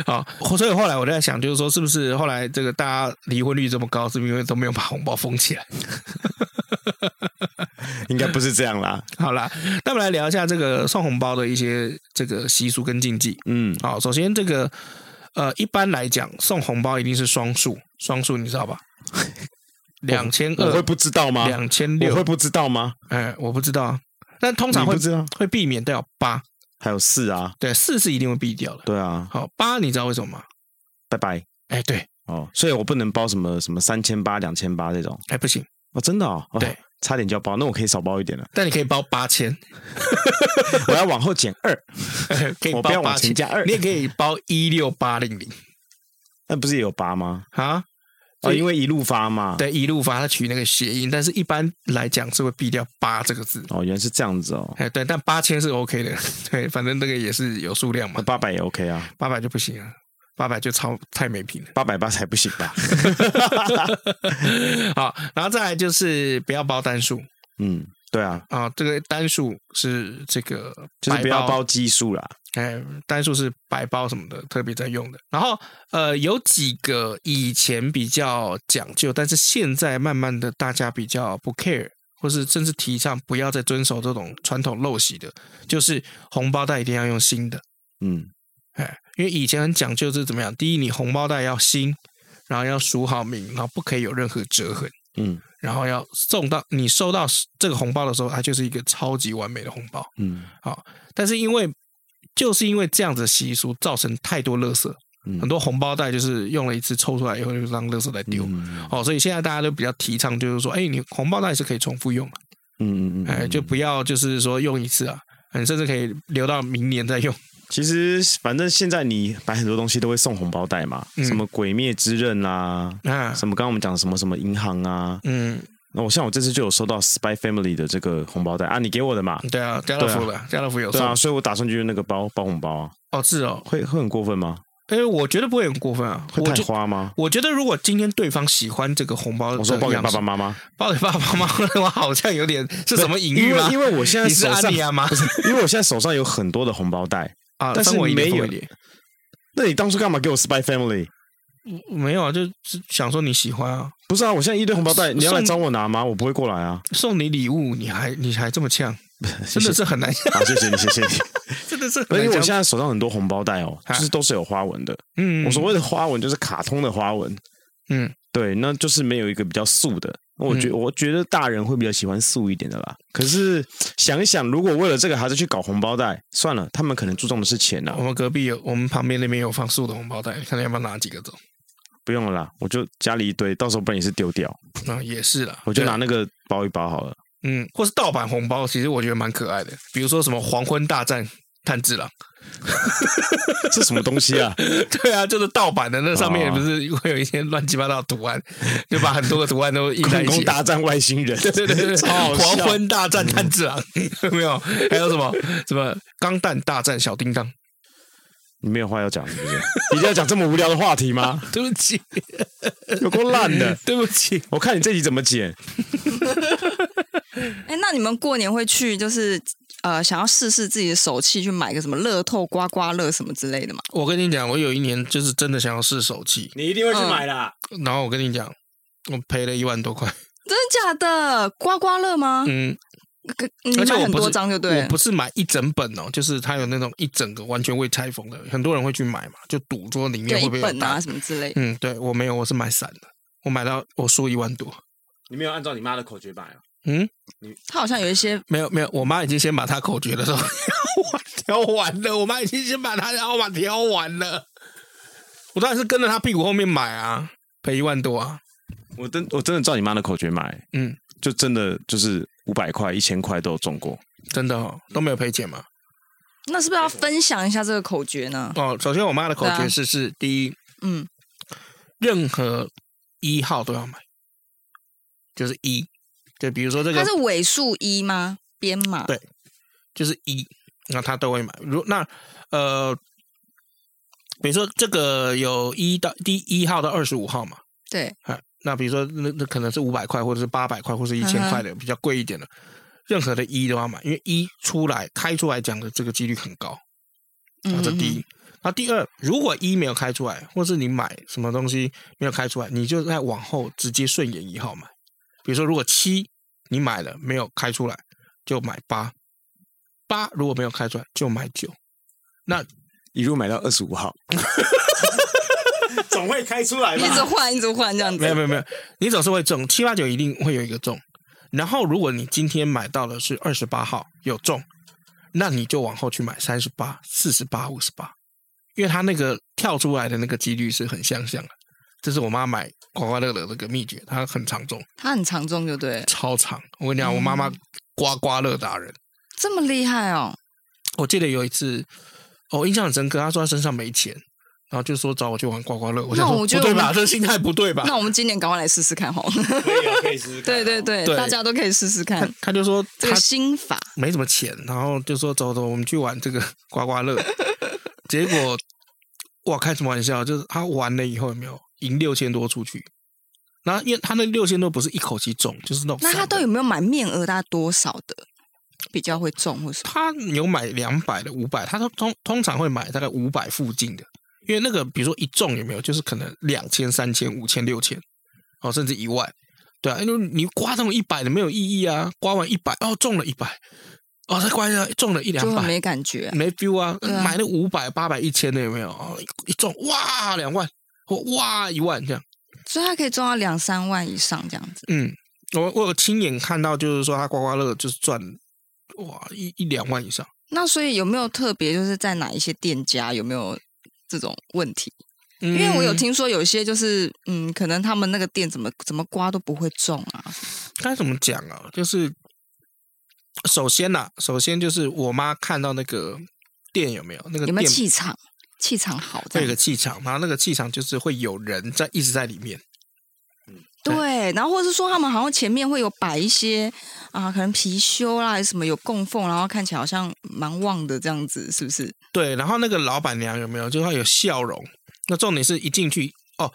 好，所以后来我就在想，就是说，是不是后来这个大家离婚率这么高，是不是因为都没有把红包封起来？应该不是这样啦。 [LAUGHS] 好啦，那我们来聊一下这个送红包的一些这个习俗跟禁忌。嗯，好，首先这个呃，一般来讲送红包一定是双数，双数你知 [LAUGHS] 道吧？两千我会 [LAUGHS] 二、不知道吗？两千我会六，不知道吗？哎，我不知道啊，但通常你会不知道？会避免掉八，还有四啊，对，四是一定会避掉的。对啊，好，八你知道为什么吗？拜拜哎，对，哦。所以我不能包什么什么三千八、两千八这种哎不行，哦，真的哦，哦对，差点就要包，那我可以少包一点了， [LAUGHS] 但你可以包八千，我要往后减二，可以我包不要八往前千，加二你。也可以包一六八零零那不是也有八吗？啊。哦，所以因为一路发嘛。。对，一路发它取那个谐音，但是一般来讲是会避掉八这个字。哦，原来是这样子哦。哎，对，但八千是 OK 的，对，反正那个也是有数量嘛那。八百也 OK 啊，八百就不行啊，八百就超太没品了。 [LAUGHS] 八百八才不行吧？好，然后再来就是不要包单数嗯，对啊，啊，这个单数是这个就是不要白包基数啦。哎，单数是白包什么的，特别在用的。然后呃，有几个以前比较讲究，但是现在慢慢的大家比较不 care，或是甚至提倡不要再遵守这种传统陋习的，就是红包袋一定要用新的。嗯，哎，因为以前很讲究是怎么样？第一，你红包袋要新，然后要署好名，然后不可以有任何折痕，嗯然后要送到你收到这个红包的时候，它就是一个超级完美的红包。嗯但是因为就是因为这样子的习俗，造成太多垃圾，嗯很多红包袋就是用了一次抽出来以后就让垃圾来丢。嗯哦，所以现在大家都比较提倡，就是说，哎，你红包袋是可以重复用的，嗯嗯，哎，就不要就是说用一次啊，你甚至可以留到明年再用。其实反正现在你买很多东西都会送红包袋嘛，嗯什么《鬼灭之刃》啦，啊，什么刚刚我们讲什么什么银行啊，嗯，那我像我这次就有收到《Spy Family》的这个红包袋啊，你给我的嘛？对啊，家乐福了，家乐福有对送啊，所以我打算就用那个包包红包啊，哦，是哦，会会很过分吗？哎，我觉得不会很过分啊。会我太就花吗？我觉得，如果今天对方喜欢这个红包，我说报给爸爸妈，妈妈，报给爸爸妈妈，我好像有点是什么隐因喻为吗？因为我现在你是手安上 [LAUGHS] 妮，亚吗？因为我现在手上有很多的红包袋。啊，但是分我一点没分有我一点那你当初干嘛给我 Spy Family？没有啊，就是想说你喜欢啊，不是啊，我现在一堆红包袋，送你要来找我拿吗？我不会过来 [LAUGHS] 啊。送你礼物，你还你还这么呛，谢真谢的是很难， [LAUGHS] 好，谢谢你，谢谢你。真的是而很且我现难呛。在手上很多红包袋哦，就是都是有花纹的。嗯我所谓的花纹就是卡通的花纹，嗯，对，那就是没有一个比较素的。我觉我觉得大人会比较喜欢素一点的啦。可是想一想，如果为了这个还是去搞红包袋，算了，他们可能注重的是钱啊我。们隔壁有，我们旁边那边有放素的红包袋，看你要不要拿几个走。 [LAUGHS] 不用了啦，我就家里一堆，到时候不然也是丢掉，啊，也是啦，我就对拿那个包一包好了。嗯，或是盗版红包，其实我觉得蛮可爱的，比如说什么黄昏大战。炭治郎， [LAUGHS] 这什么东西啊？对啊，就是盗版的，那上面哦不是会有一些乱七八糟的图案，就把很多个图案都印在空 [LAUGHS] [LAUGHS] 一空起。大战外星人，对对对对，超好黄笑昏大战炭治郎，有 [LAUGHS] 没有？还有什么什么钢弹大战小叮当？你没有话要讲是不是？你一定要讲这么无聊的话题吗？ [LAUGHS] 对不起，有够烂 [LAUGHS] 的！对不起，我看你这集怎么剪，哎、那你们过年会去就是呃，想要试试自己的手气，去买个什么乐透、刮刮乐什么之类的吗？我跟你讲，我有一年就是真的想要试手气，你一定会嗯去买啦。然后我跟你讲，我赔了一万多块。真的假的？刮刮乐吗？嗯，可你而且买我很不多是张就对我了。不是买一整本哦，就是它有那种一整个完全未拆封的，很多人会去买嘛，就赌说里面对会一不会有本大啊。什么之类的，嗯，对我没有，我是买散的，我买到我输一万多。你没有按照你妈的口诀买啊？嗯，它好像有一些没有没有，我妈已经先把她口诀的 [LAUGHS] 时候挑完了，我妈已经先把她的号码挑完了。我当然是跟着她屁股后面买啊，赔一万多啊。我真我真的照你妈的口诀买，嗯，就真的就是五百块、一千块都有中过。真的哦，都没有赔钱嘛。那是不是嗯要分享一下这个口诀呢？哦，首先我妈的口对诀啊是是第一，嗯，任何一号都要买，就是一，就比如说这它个是尾数一吗？编码对就是一，那她都会买。如那呃，比如说这个有一到第一号到二十五号嘛，对啊，那比如说那那可能是五百块，或者是八百块，或者一千块的、比较贵一点的，任何的一都要买，因为一出来开出来讲的这个几率很高，嗯啊，这第一。那第二，如果一没有开出来，或是你买什么东西没有开出来，你就再往后直接顺延一号买。比如说，如果七你买了没有开出来，就买八；八如果没有开出来，就买九。那一路买到二十五号， [LAUGHS] 总会开出来嗯一直换，一直换这样子。没有没有没有，你总是会中七八九，一定会有一个中。然后如果你今天买到的是二十八号有中，那你就往后去买三十八、四十八、五十八，因为它那个跳出来的那个几率是很相像的。这是我妈买刮刮乐的那个秘诀，她很常中，它很常中就对了，超常。我跟你嗯讲，我妈妈刮刮乐达人。这么厉害哦！我记得有一次，哦，印象很深刻，她说她身上没钱，然后就说找我去玩刮刮乐。我想那说我觉不对得我们吧，这心态不对吧？那我们今年赶快来试试看哈。啊对对 [LAUGHS] 对，对大家都可以试试她看她就说这她个心法。没什么钱，然后就说走走，我们去玩这个 [LAUGHS] 刮刮乐。结果哇，开什么玩笑？就是他玩了以后有没有赢六千多出去？然后因为他那六千多不是一口气中，就是那种那他散的都有没有买面额大概多少的比较会中或什么？他有买两百的、五百，他都通通常会买大概五百附近的，因为那个比如说一中有没有，就是可能两千、三千、五千、六千，哦，甚至一万，对啊，因为你刮中一百的没有意义啊，刮完一百哦中了一百，哦再刮一下中了一两就百很，没感觉啊、没 feel 啊，对啊买那五百、八百、一千的有没有？哦，一一中哇两万，或哇一万这样。所以他可以中到两三万以上这样子。嗯，我我有亲眼看到，就是说他刮刮乐就是赚哇一一两万以上。那所以有没有特别就是在哪一些店家有没有这种问题？因因为我有，听说有一些就是嗯，可能他们那个店怎么怎么刮都不会中啊。该怎么讲啊？就是首先呐、首先就是我妈看到那个店有没有那个有店没有气场？气场好这会有个样。气场，然后那个气场就是会有人在一直在里面。对，然后或者是说他们好像前面会有摆一些啊，可能貔貅啦，还是什么有供奉，然后看起来好像蛮旺的这样子，是不是？对，然后那个老板娘有没有？就她有笑容，那重点是一进去哦，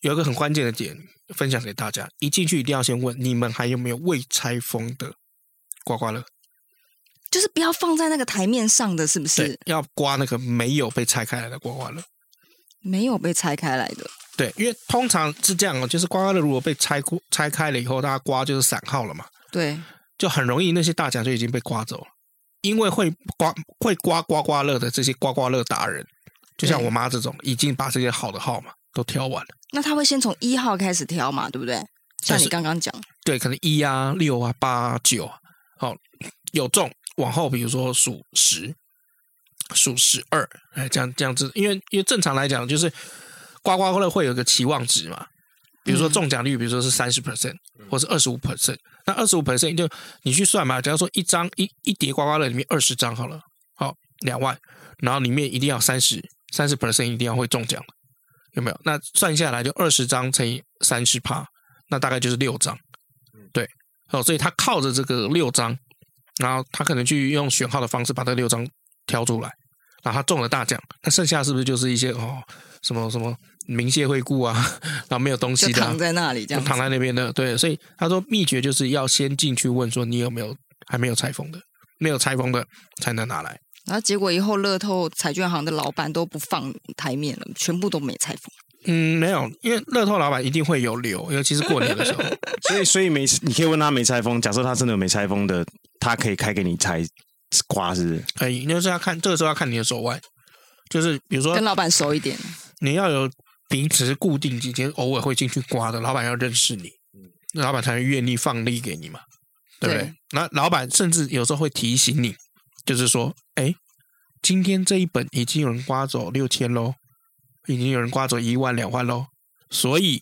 有一个很关键的点分享给大家：一进去一定要先问你们还有没有未拆封的刮刮乐，就是不要放在那个台面上的，是不对是？，要刮那个没有被拆开来的刮刮乐。没有被拆开来的，对，因为通常是这样哦，就是刮刮乐如果被拆过拆开了以后，大家刮就是散号了嘛，对，就很容易那些大奖就已经被刮走了。因为会刮会刮刮刮乐的这些刮刮乐达人，就像对我妈这种，已经把这些好的号码都挑完了。那他会先从一号开始挑嘛，对不对？像但你是刚刚讲，对，可能一啊、六啊、八啊、九啊，好、有中，往后比如说数十、数十二，哎，这样这样子，因为因为正常来讲就是刮刮乐会有一个期望值嘛，比如说嗯中奖率，比如说是三十 percent 或是二十五 percent，那二十五 percent 就你去算嘛，假如说一张一一叠刮刮乐里面二十张好了，好、两万，然后里面一定要三十三十 percent 一定要会中奖，有没有？那算下来就二十张乘以三十趴，那大概就是六张。嗯对，哦，所以他靠着这个六张，然后他可能去用选号的方式把这六张挑出来，然后他中了大奖，那剩下是不是就是一些哦什么什么明谢惠顾啊， [LAUGHS] 然后没有东就西的啊、躺在那里这就样子躺在那边的，对，所以他说秘诀就是要先进去问说你有没有还没有拆封的，没有拆封的才能拿来。然后结果以后乐透彩券行的老板都不放台面了，全部都没拆封。嗯，没有，因为乐透老板一定会有留，尤其是过年的时 [LAUGHS] 候。所以所以没，你可以问他没拆封。假设他真的有没拆封的，他可以开给你拆刮，是不 [LAUGHS] 是？可以，哎就是要看这个时候要看你的手腕，就是比如说跟老板熟 [LAUGHS] 一点，你要有平时固定几天，偶尔会进去刮的，老板要认识你，老板才会愿意放利给你嘛，对不对嗯对？那老板甚至有时候会提醒你，就是说，哎，今天这一本已经有人刮走六千喽，已经有人刮走一万两万喽，所以，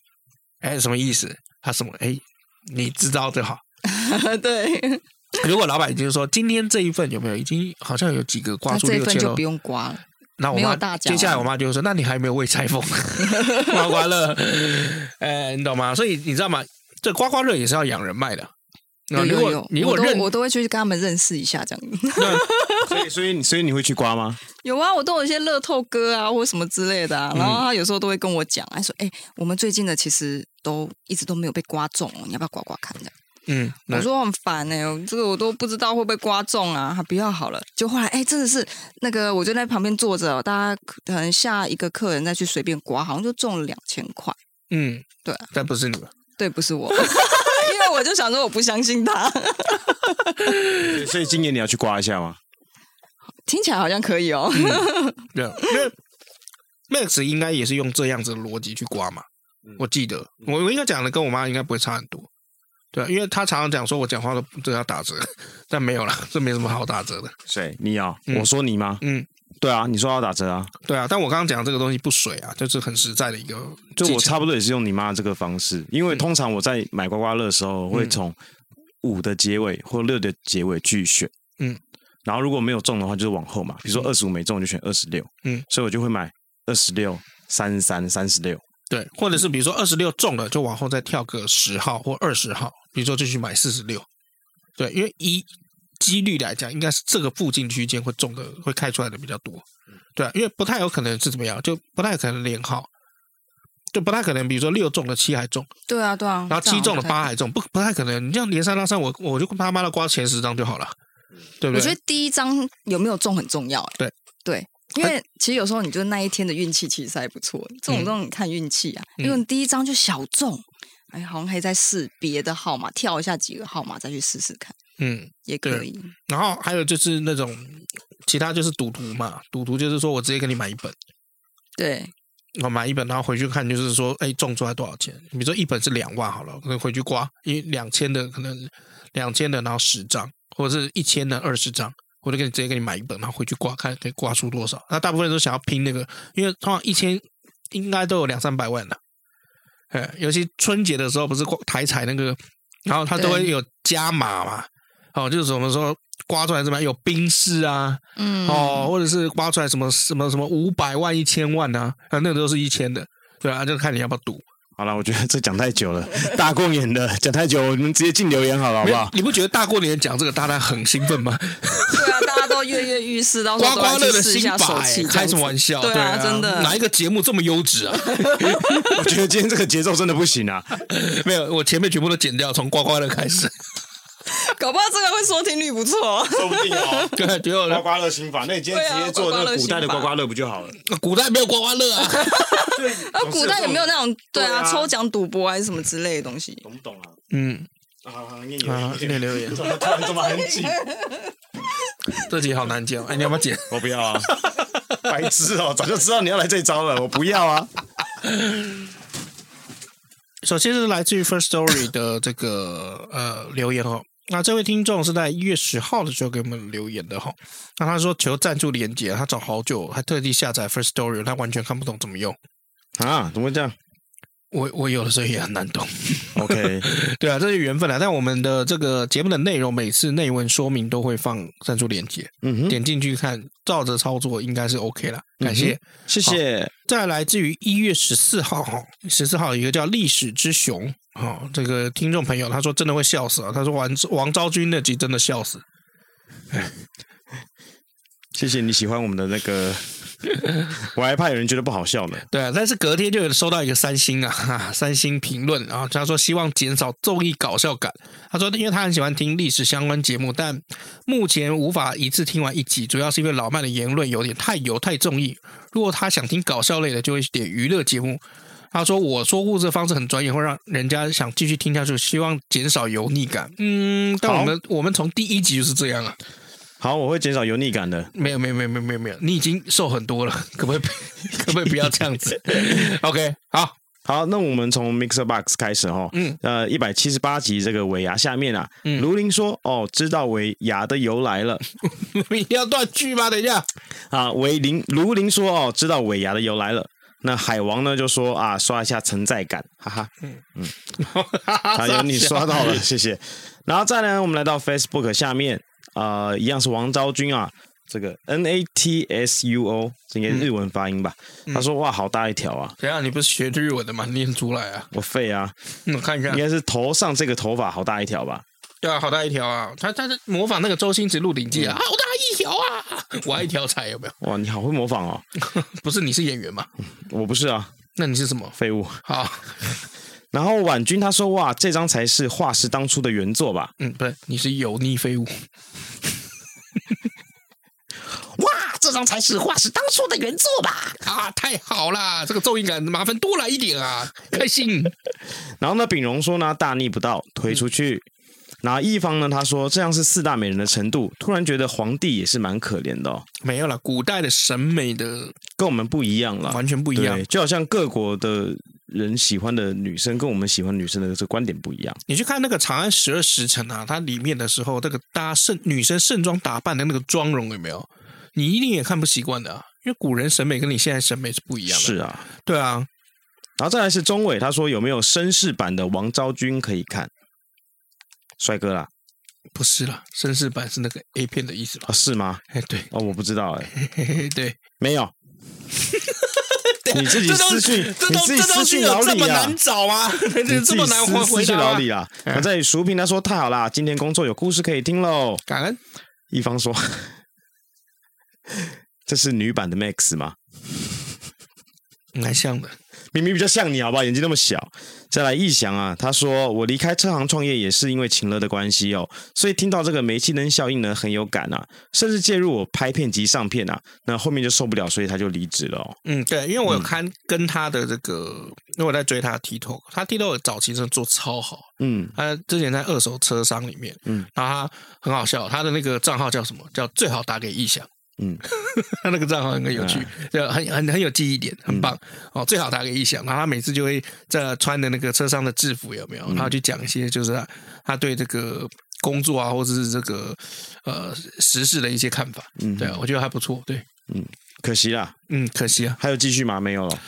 哎，什么意思？他什么？哎，你知道就好。对，如果老板已经说今天这一份有没有已经好像有几个刮那出这一六份千就喽不，用刮了。那我没妈有大奖接下来我妈就会说：“那你还没有未拆 [LAUGHS] 封刮刮乐？”呃，你懂吗？所以你知道吗？这刮刮乐也是要养人脉的。那有如有果有，你如果我认都我都会去跟他们认识一下这样。 [LAUGHS] 所以所以你所以你会去刮吗？有啊，我都有一些乐透歌啊，或什么之类的、嗯啊。然后他有时候都会跟我讲，他说：“哎、我们最近的其实都一直都没有被刮中哦，你要不要刮刮看？”这样嗯，那我说我很烦哎、我这个我都不知道会不会刮中啊，他不要好了。就后来哎、真的是那个，我就在旁边坐着哦，大家可能下一个客人再去随便刮，好像就中了两千块。嗯，对啊，但不是你们。对，不是我，因为我就想说我不相信他， [LAUGHS] 所以今年你要去刮一下吗？听起来好像可以哦。嗯对啊，因为 Max 应该也是用这样子的逻辑去刮嘛。我记得我我应该讲的跟我妈应该不会差很多。对啊，因为她常常讲说我讲话都都要打折， [LAUGHS] 但没有啦，这没什么好打折的。谁？你要、嗯我说你吗？嗯，对啊，你说要打折啊，对啊，但我刚刚讲的这个东西不水啊，就是很实在的一个技巧。就我差不多也是用你妈这个方式，因为通常我在买刮刮乐的时候，嗯会从五的结尾或六的结尾去选，嗯，然后如果没有中的话，就是往后嘛，比如说二十五没中，我就选二十六，嗯，所以我就会买二十六、三十三、三十六，对，或者是比如说二十六中了，就往后再跳个十号或二十号，比如说就去买四十六。对，因为以几率来讲，应该是这个附近区间会中的会开出来的比较多。对啊，因为不太有可能是怎么样，就不太可能连号，就不太可能，比如说六中了七还中，对啊，对啊。然后七中了这样好像不太八还中，不不太可能。你这样连三拉三，我我就他妈的刮前十张就好了，对不我对？觉得第一张有没有中很重要、欸。对对，因为其实有时候你就那一天的运气其实还不错，这种嗯东西你看运气啊，嗯因为你第一张就小中，哎，好像可以再试别的号码，跳一下几个号码再去试试看，嗯，也可以。然后还有就是那种其他就是赌徒嘛，赌徒就是说我直接给你买一本。对，我买一本，然后回去看，就是说，哎，中出来多少钱？比如说一本是两万好了，可能回去刮，因为两千的可能两千的，然后十张，或者是一千的二十张，我就给你直接给你买一本，然后回去刮，看可以刮出多少。那大部分人都想要拼那个，因为通常一千应该都有两三百万的，哎，尤其春节的时候不是刮台彩那个，然后它都会对有加码嘛，哦，就是怎么说刮出来什么有冰室啊，嗯，哦，，或者是刮出来什么什么什么五百万、一千万啊，啊，那个都是一千的，对啊，就看你要不要赌。好了，我觉得这讲太久了，大过年的讲太久，我们直接进留言好了，好没不有好，？ [LAUGHS] 你不觉得大过年讲这个，大家很兴奋吗？ [LAUGHS] 对啊，大家都跃跃欲试，到时刮候都刮要乐去的试一新下手法、欸，气这样子，开什么玩笑？对对啊，真的哪一个节目这么优质 [LAUGHS] 啊？我觉得今天这个节奏真的不行 [LAUGHS] 啊！没有，我前面全部都剪掉，从刮刮乐开 [LAUGHS] 始。搞不好这个会收听率 [LAUGHS] 不错。说不定哦，对，啊结果呢刮刮乐刑法，那你今天直接做那个古代的啊刮刮乐不就好了？古代没有刮刮乐啊，啊，古代也哦没有那种对对啊，啊抽奖赌博还是什么之类的东西。懂不懂啊？嗯，啊，念啊念留 [LAUGHS] 言怎么突然这么安静？这题好难讲，哎，你要不要剪？我不要啊！ [LAUGHS] 白痴哦，早就知道你要来这一招了，我不要啊！首先是来自于 First Story 的这个呃留言哦。那这位听众是在一月十号的时候给我们留言的哈、哦。那他说求赞助连接，他找好久，他特地下载 First Story，他完全看不懂怎么用。啊，怎么会这样我我有的时候也很难懂。 ？OK，对啊，这是缘分啦。但我们的这个节目的内容，每次内文说明都会放赞助链接，嗯哼，点进去看，照着操作应该是 OK 啦。感谢。谢谢。再来自于一月十四号哈，十四号有一个叫历史之雄哦，这个听众朋友他说真的会笑死啊，他说王王昭君那集真的笑死。谢谢你喜欢我们的那个， [LAUGHS] 我还怕有人觉得不好笑呢。对啊，但是隔天就有收到一个三星啊，哈，三星评论啊，他说希望减少综艺搞笑感。他说，因为他很喜欢听历史相关节目，但目前无法一次听完一集，主要是因为老麦的言论有点太油太综艺。如果他想听搞笑类的，就会点娱乐节目。他说：“我说故事的方式很专业，会让人家想继续听下去，希望减少油腻感。”嗯，但我们我们从第一集就是这样啊，好，我会减少油腻感的。没有没有没有没有没有没有，你已经瘦很多了，可不可以可不可以不要这样子？OK，好，好，那我们从 Mixer Box 开始哈。嗯，呃，一百七十八集这个尾牙下面啊嗯，卢林说：“哦，知道尾牙的由来了。” [LAUGHS] 你要断句吗？等一 [LAUGHS] 下，啊，韦林卢林说哦，知道尾牙的由来了。那海王呢就说啊，刷一下存在感，哈哈， [LAUGHS] 还有你刷到了， [LAUGHS] 谢谢。然后再呢，我们来到 Facebook 下面，呃，一样是王昭君啊，这个 N A T S U O，这应该是日文发音吧？他说哇，好大一条啊，等一下，你不是学日文的吗？念出来啊！我废啊，嗯，我看一下应，该是头上这个头发好大一条吧？对啊，好大一条啊！他他是模仿那个周星驰《鹿鼎记》嗯啊，好大一条啊！我爱一条彩有没有？哇，你好会模仿哦，不是你是演员吗？我不是啊，那你是什么？废物。好，然后婉君她说哇，这张才是画师当初的原作吧？嗯，不是，你是油腻废物。 [LAUGHS] 哇，这张才是画师当初的原作吧？啊，太好啦！这个咒音感麻烦多来一点啊，开 [LAUGHS] 心。然后呢，丙荣说呢，大逆不道，推出去。然后一方呢，他说这样是四大美人的程度，突然觉得皇帝也是蛮可怜的、哦，没有啦，古代的审美的跟我们不一样了，完全不一样对。就好像各国的人喜欢的女生跟我们喜欢女生的这观点不一样。你去看那个《长安十二时辰》啊，它里面的时候，那个大家盛女生盛装打扮的那个妆容有没有？你一定也看不习惯的、啊，因为古人审美跟你现在审美是不一样的。是，啊，对啊，然后再来是钟伟，他说有没有绅士版的王昭君可以看？帅哥啦，不是啦，绅士版是那个 A 片的意思吧？啊是吗？哎，对，哦，我不知道哎、嘿嘿嘿，对，没 [LAUGHS] 有。你自己这东私讯，这你东自己这私东西讯老有这李么啊难！找吗？ [LAUGHS] 这这么难回回答啊嗯老吗？李啦。我在熟评他说太好啦，今天工作有故事可以听喽。感恩一方说， [LAUGHS] 这是女版的 Max 吗？蛮像的，明明比较像你，好不好？眼睛那么小。再来，逸翔啊，他说我离开车行创业也是因为情乐的关系哦，所以听到这个煤气灯效应呢很有感啊，甚至介入我拍片及上片啊，那后面就受不了，所以他就离职了哦。嗯，对，因为我有看跟他的这个，因为我在追他的 T Talk，他 T Talk 早期真的做超好，嗯，他之前在二手车商里面，嗯嗯，然后他很好笑，他的那个账号叫什么？叫最好打给异想，嗯嗯，他 [LAUGHS] 那个账号很有趣，就很很很有记忆点，很嗯棒、哦。最好打给异想，然后他每次就会在穿的那个车商的制服有嗯没有？然后去讲一些就是他他对这个工作啊，或者是这个呃时事的一些看法，嗯，对啊，我觉得还不错，对，可惜啦，嗯，可惜啊，还有继续吗？没有了。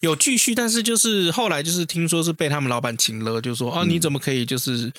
有继续，但是就是后来就是听说是被他们嗯老板请了，就说啊，你怎么可以就是、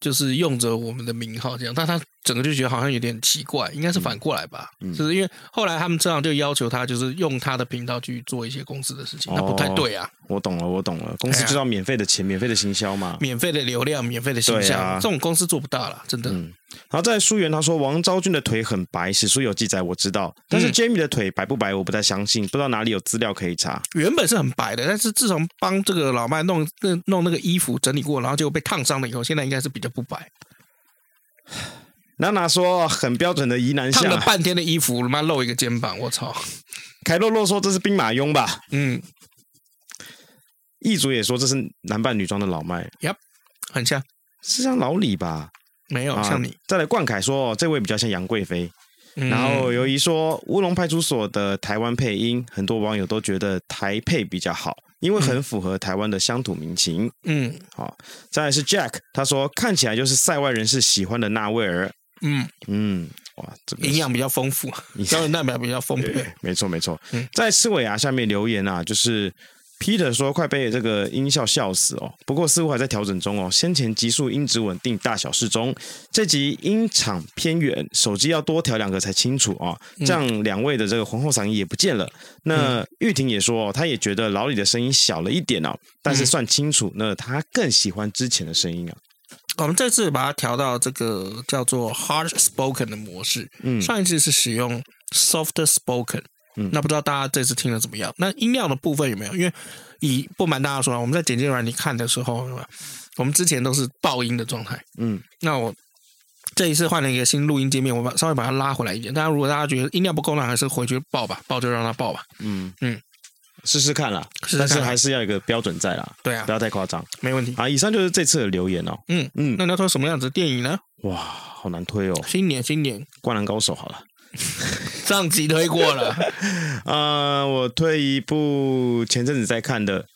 就是用着我们的名号这样？但他整个就觉得好像有点奇怪，应该是嗯反过来吧？就是因为后来他们这样就要求他，就是用他的频道去做一些公司的事情，那不哦太对啊！我懂了，我懂了，公司就是要免费的钱，免费的行销嘛。免费的流量，免费的形对象，啊这种公司做不大了，真的。嗯然后在书源他说王昭君的腿很白，史书有记载，我知道，但是嗯 Jamie 的腿白不白，我不太相信，不知道哪里有资料可以查。原本是很白的，但是自从帮这个老麦弄那弄那个衣服整理过，然后结果被烫伤了以后，现在应该是比较不白。娜娜说很标准的疑难烫项了啊，半天的衣服，他妈露一个肩膀，我操！凯洛洛说这是兵马俑吧，嗯，易主也说这是男扮女装的老麦，很像，是像老李吧？没有、啊哦像你。再来冠凯说哦这位比较像杨贵妃，嗯然后尤怡说乌龙派出所的台湾配音，很多网友都觉得台配比较好，因为很符合台湾的乡土民情。嗯再来是 Jack，他说看起来就是塞外人士喜欢的纳威尔。嗯，嗯，哇，这个是营养比较丰富，胶原蛋白比较丰沛。 [LAUGHS] 没错没错嗯。在刺尾牙下面留言啊，就是 Peter 说快被这个音效笑死哦，不过似乎还在调整中哦。先前集数音质稳定，大小适中，这集音场偏远，手机要多调两个才清楚哦。嗯这样两位的这个皇后嗓音也不见了。那玉婷也说、哦，她也觉得老李的声音小了一点哦，但是算清嗯楚。那她更喜欢之前的声音啊。我们这次把它调到这个叫做 hard spoken 的模式，嗯上一次是使用 soft spoken，嗯那不知道大家这次听了怎么样？那音量的部分有没有？因为以不瞒大家说啊，我们在简介软你看的时候，有没有我们之前都是爆音的状态，嗯那我这一次换了一个新录音界面，我把稍微把它拉回来一点。大家如果大家觉得音量不够，那还是回去爆吧，爆就让它爆吧。嗯嗯嗯，试试看啦，试试看但是还是要有一个标准在啦，对啊不，要太夸张没问题。啊。以上就是这次的留言哦。嗯，嗯，那你要推什么样子的电影呢？哇，好难推哦，《新年新年，灌篮高手》好了。上集推过了， [LAUGHS] 啊、我推一部前阵子在看的《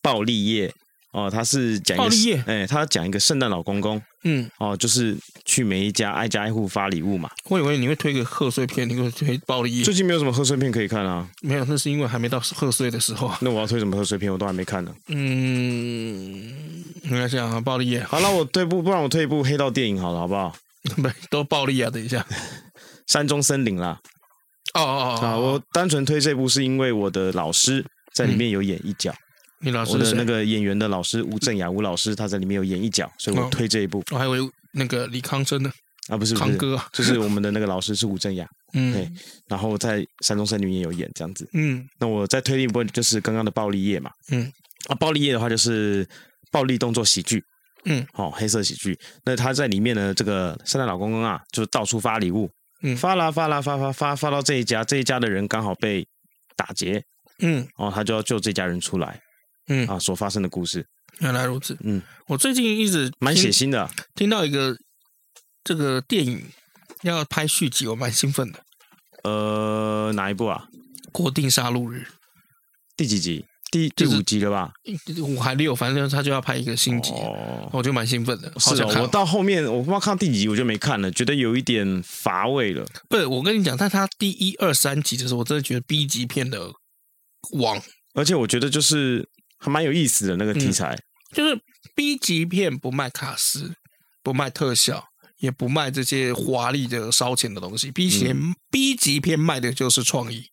暴力夜》哦，它是讲一个暴力夜哎，它讲一个圣诞老公公嗯，哦，就是去每一家挨家挨户发礼物嘛。我以为你会推个贺岁片，你给我推暴力最近没有什么贺岁片可以看啊，没有，那是因为还没到贺岁的时候。啊那我要推什么贺岁片我都还没看呢。嗯，应该这样啊，暴力啊， [LAUGHS] 好了，我推不，不然我推一部黑道电影好了，好不好？不都暴力啊？等一下，山中森林啦，哦哦哦，啊，我单纯推这部是因为我的老师在里面有演一角，你嗯老我师的是那，个演员的老师吴镇雅吴老师他在里面有演一角，所哦以我推这一部、我还以为那个李康生呢，啊，不是不康是，哥啊，就是我们的那个老师是吴镇雅，对嗯然后在《山中森林》也有演这样子。嗯那我再推一部就是刚刚的《暴力夜》嘛，嗯，啊，《暴力夜》的话就是暴力动作喜剧。嗯，哦，黑色喜剧。那他在里面呢，这个圣诞老公公啊，就是到处发礼物，嗯发啦发啦发发发发到这一家，这一家的人刚好被打劫，嗯哦，他就要救这家人出来嗯，啊，所发生的故事，原来如此。嗯，我最近一直蛮血听腥的啊。听到一个这个电影要拍续集，我蛮兴奋的，呃，哪一部啊？ 《国定杀戮日第几集？第第就是五集了吧？》五还六，反正他就要拍一个新集，啊哦，我就蛮兴奋的，好是想看哦，哦。我到后面我不知道看到第几集我就没看了，觉得有一点乏味了。不是，我跟你讲，但他第一二三集的时候，我真的觉得 B 级片的王，而且我觉得就是还蛮有意思的那个题材，就是 B 级片不卖卡斯，不卖特效，也不卖这些华丽的烧钱的东西。B 级嗯片、B 级片卖的就是创意，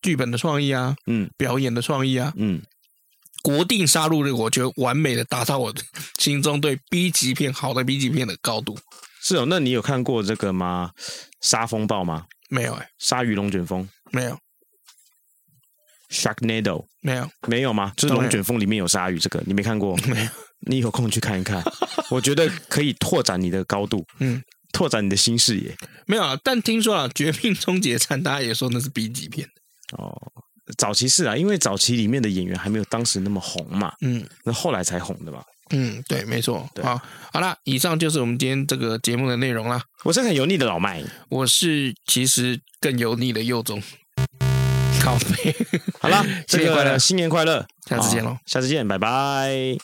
剧本的创意啊，嗯，表演的创意啊。嗯，国定杀戮日，我觉得完美的达到我心中对 B 级片好的 B 级片的高度。是哦。那你有看过这个吗？沙风暴吗？没有哎、鲨鱼龙卷风没有， （Sharknado） 没有，没有吗？就是当然龙卷风里面有鲨鱼，这个你没看过？没有。 [LAUGHS] 你有空去看一看，我觉得可以拓展你的高度，嗯，拓展你的新视野。没有啊。但听说啊，《绝命终结战》大家也说那是 B 级片。哦，早期是啊，因为早期里面的演员还没有当时那么红嘛，嗯，那后来才红的嘛。嗯，对，没错。对好，好啦，以上就是我们今天这个节目的内容啦。我是很油腻的老麦。我是其实更油腻的佑 [LAUGHS] 宗，靠背。好啦，新这年快乐个新年快乐，下次见好咯下次见，拜拜。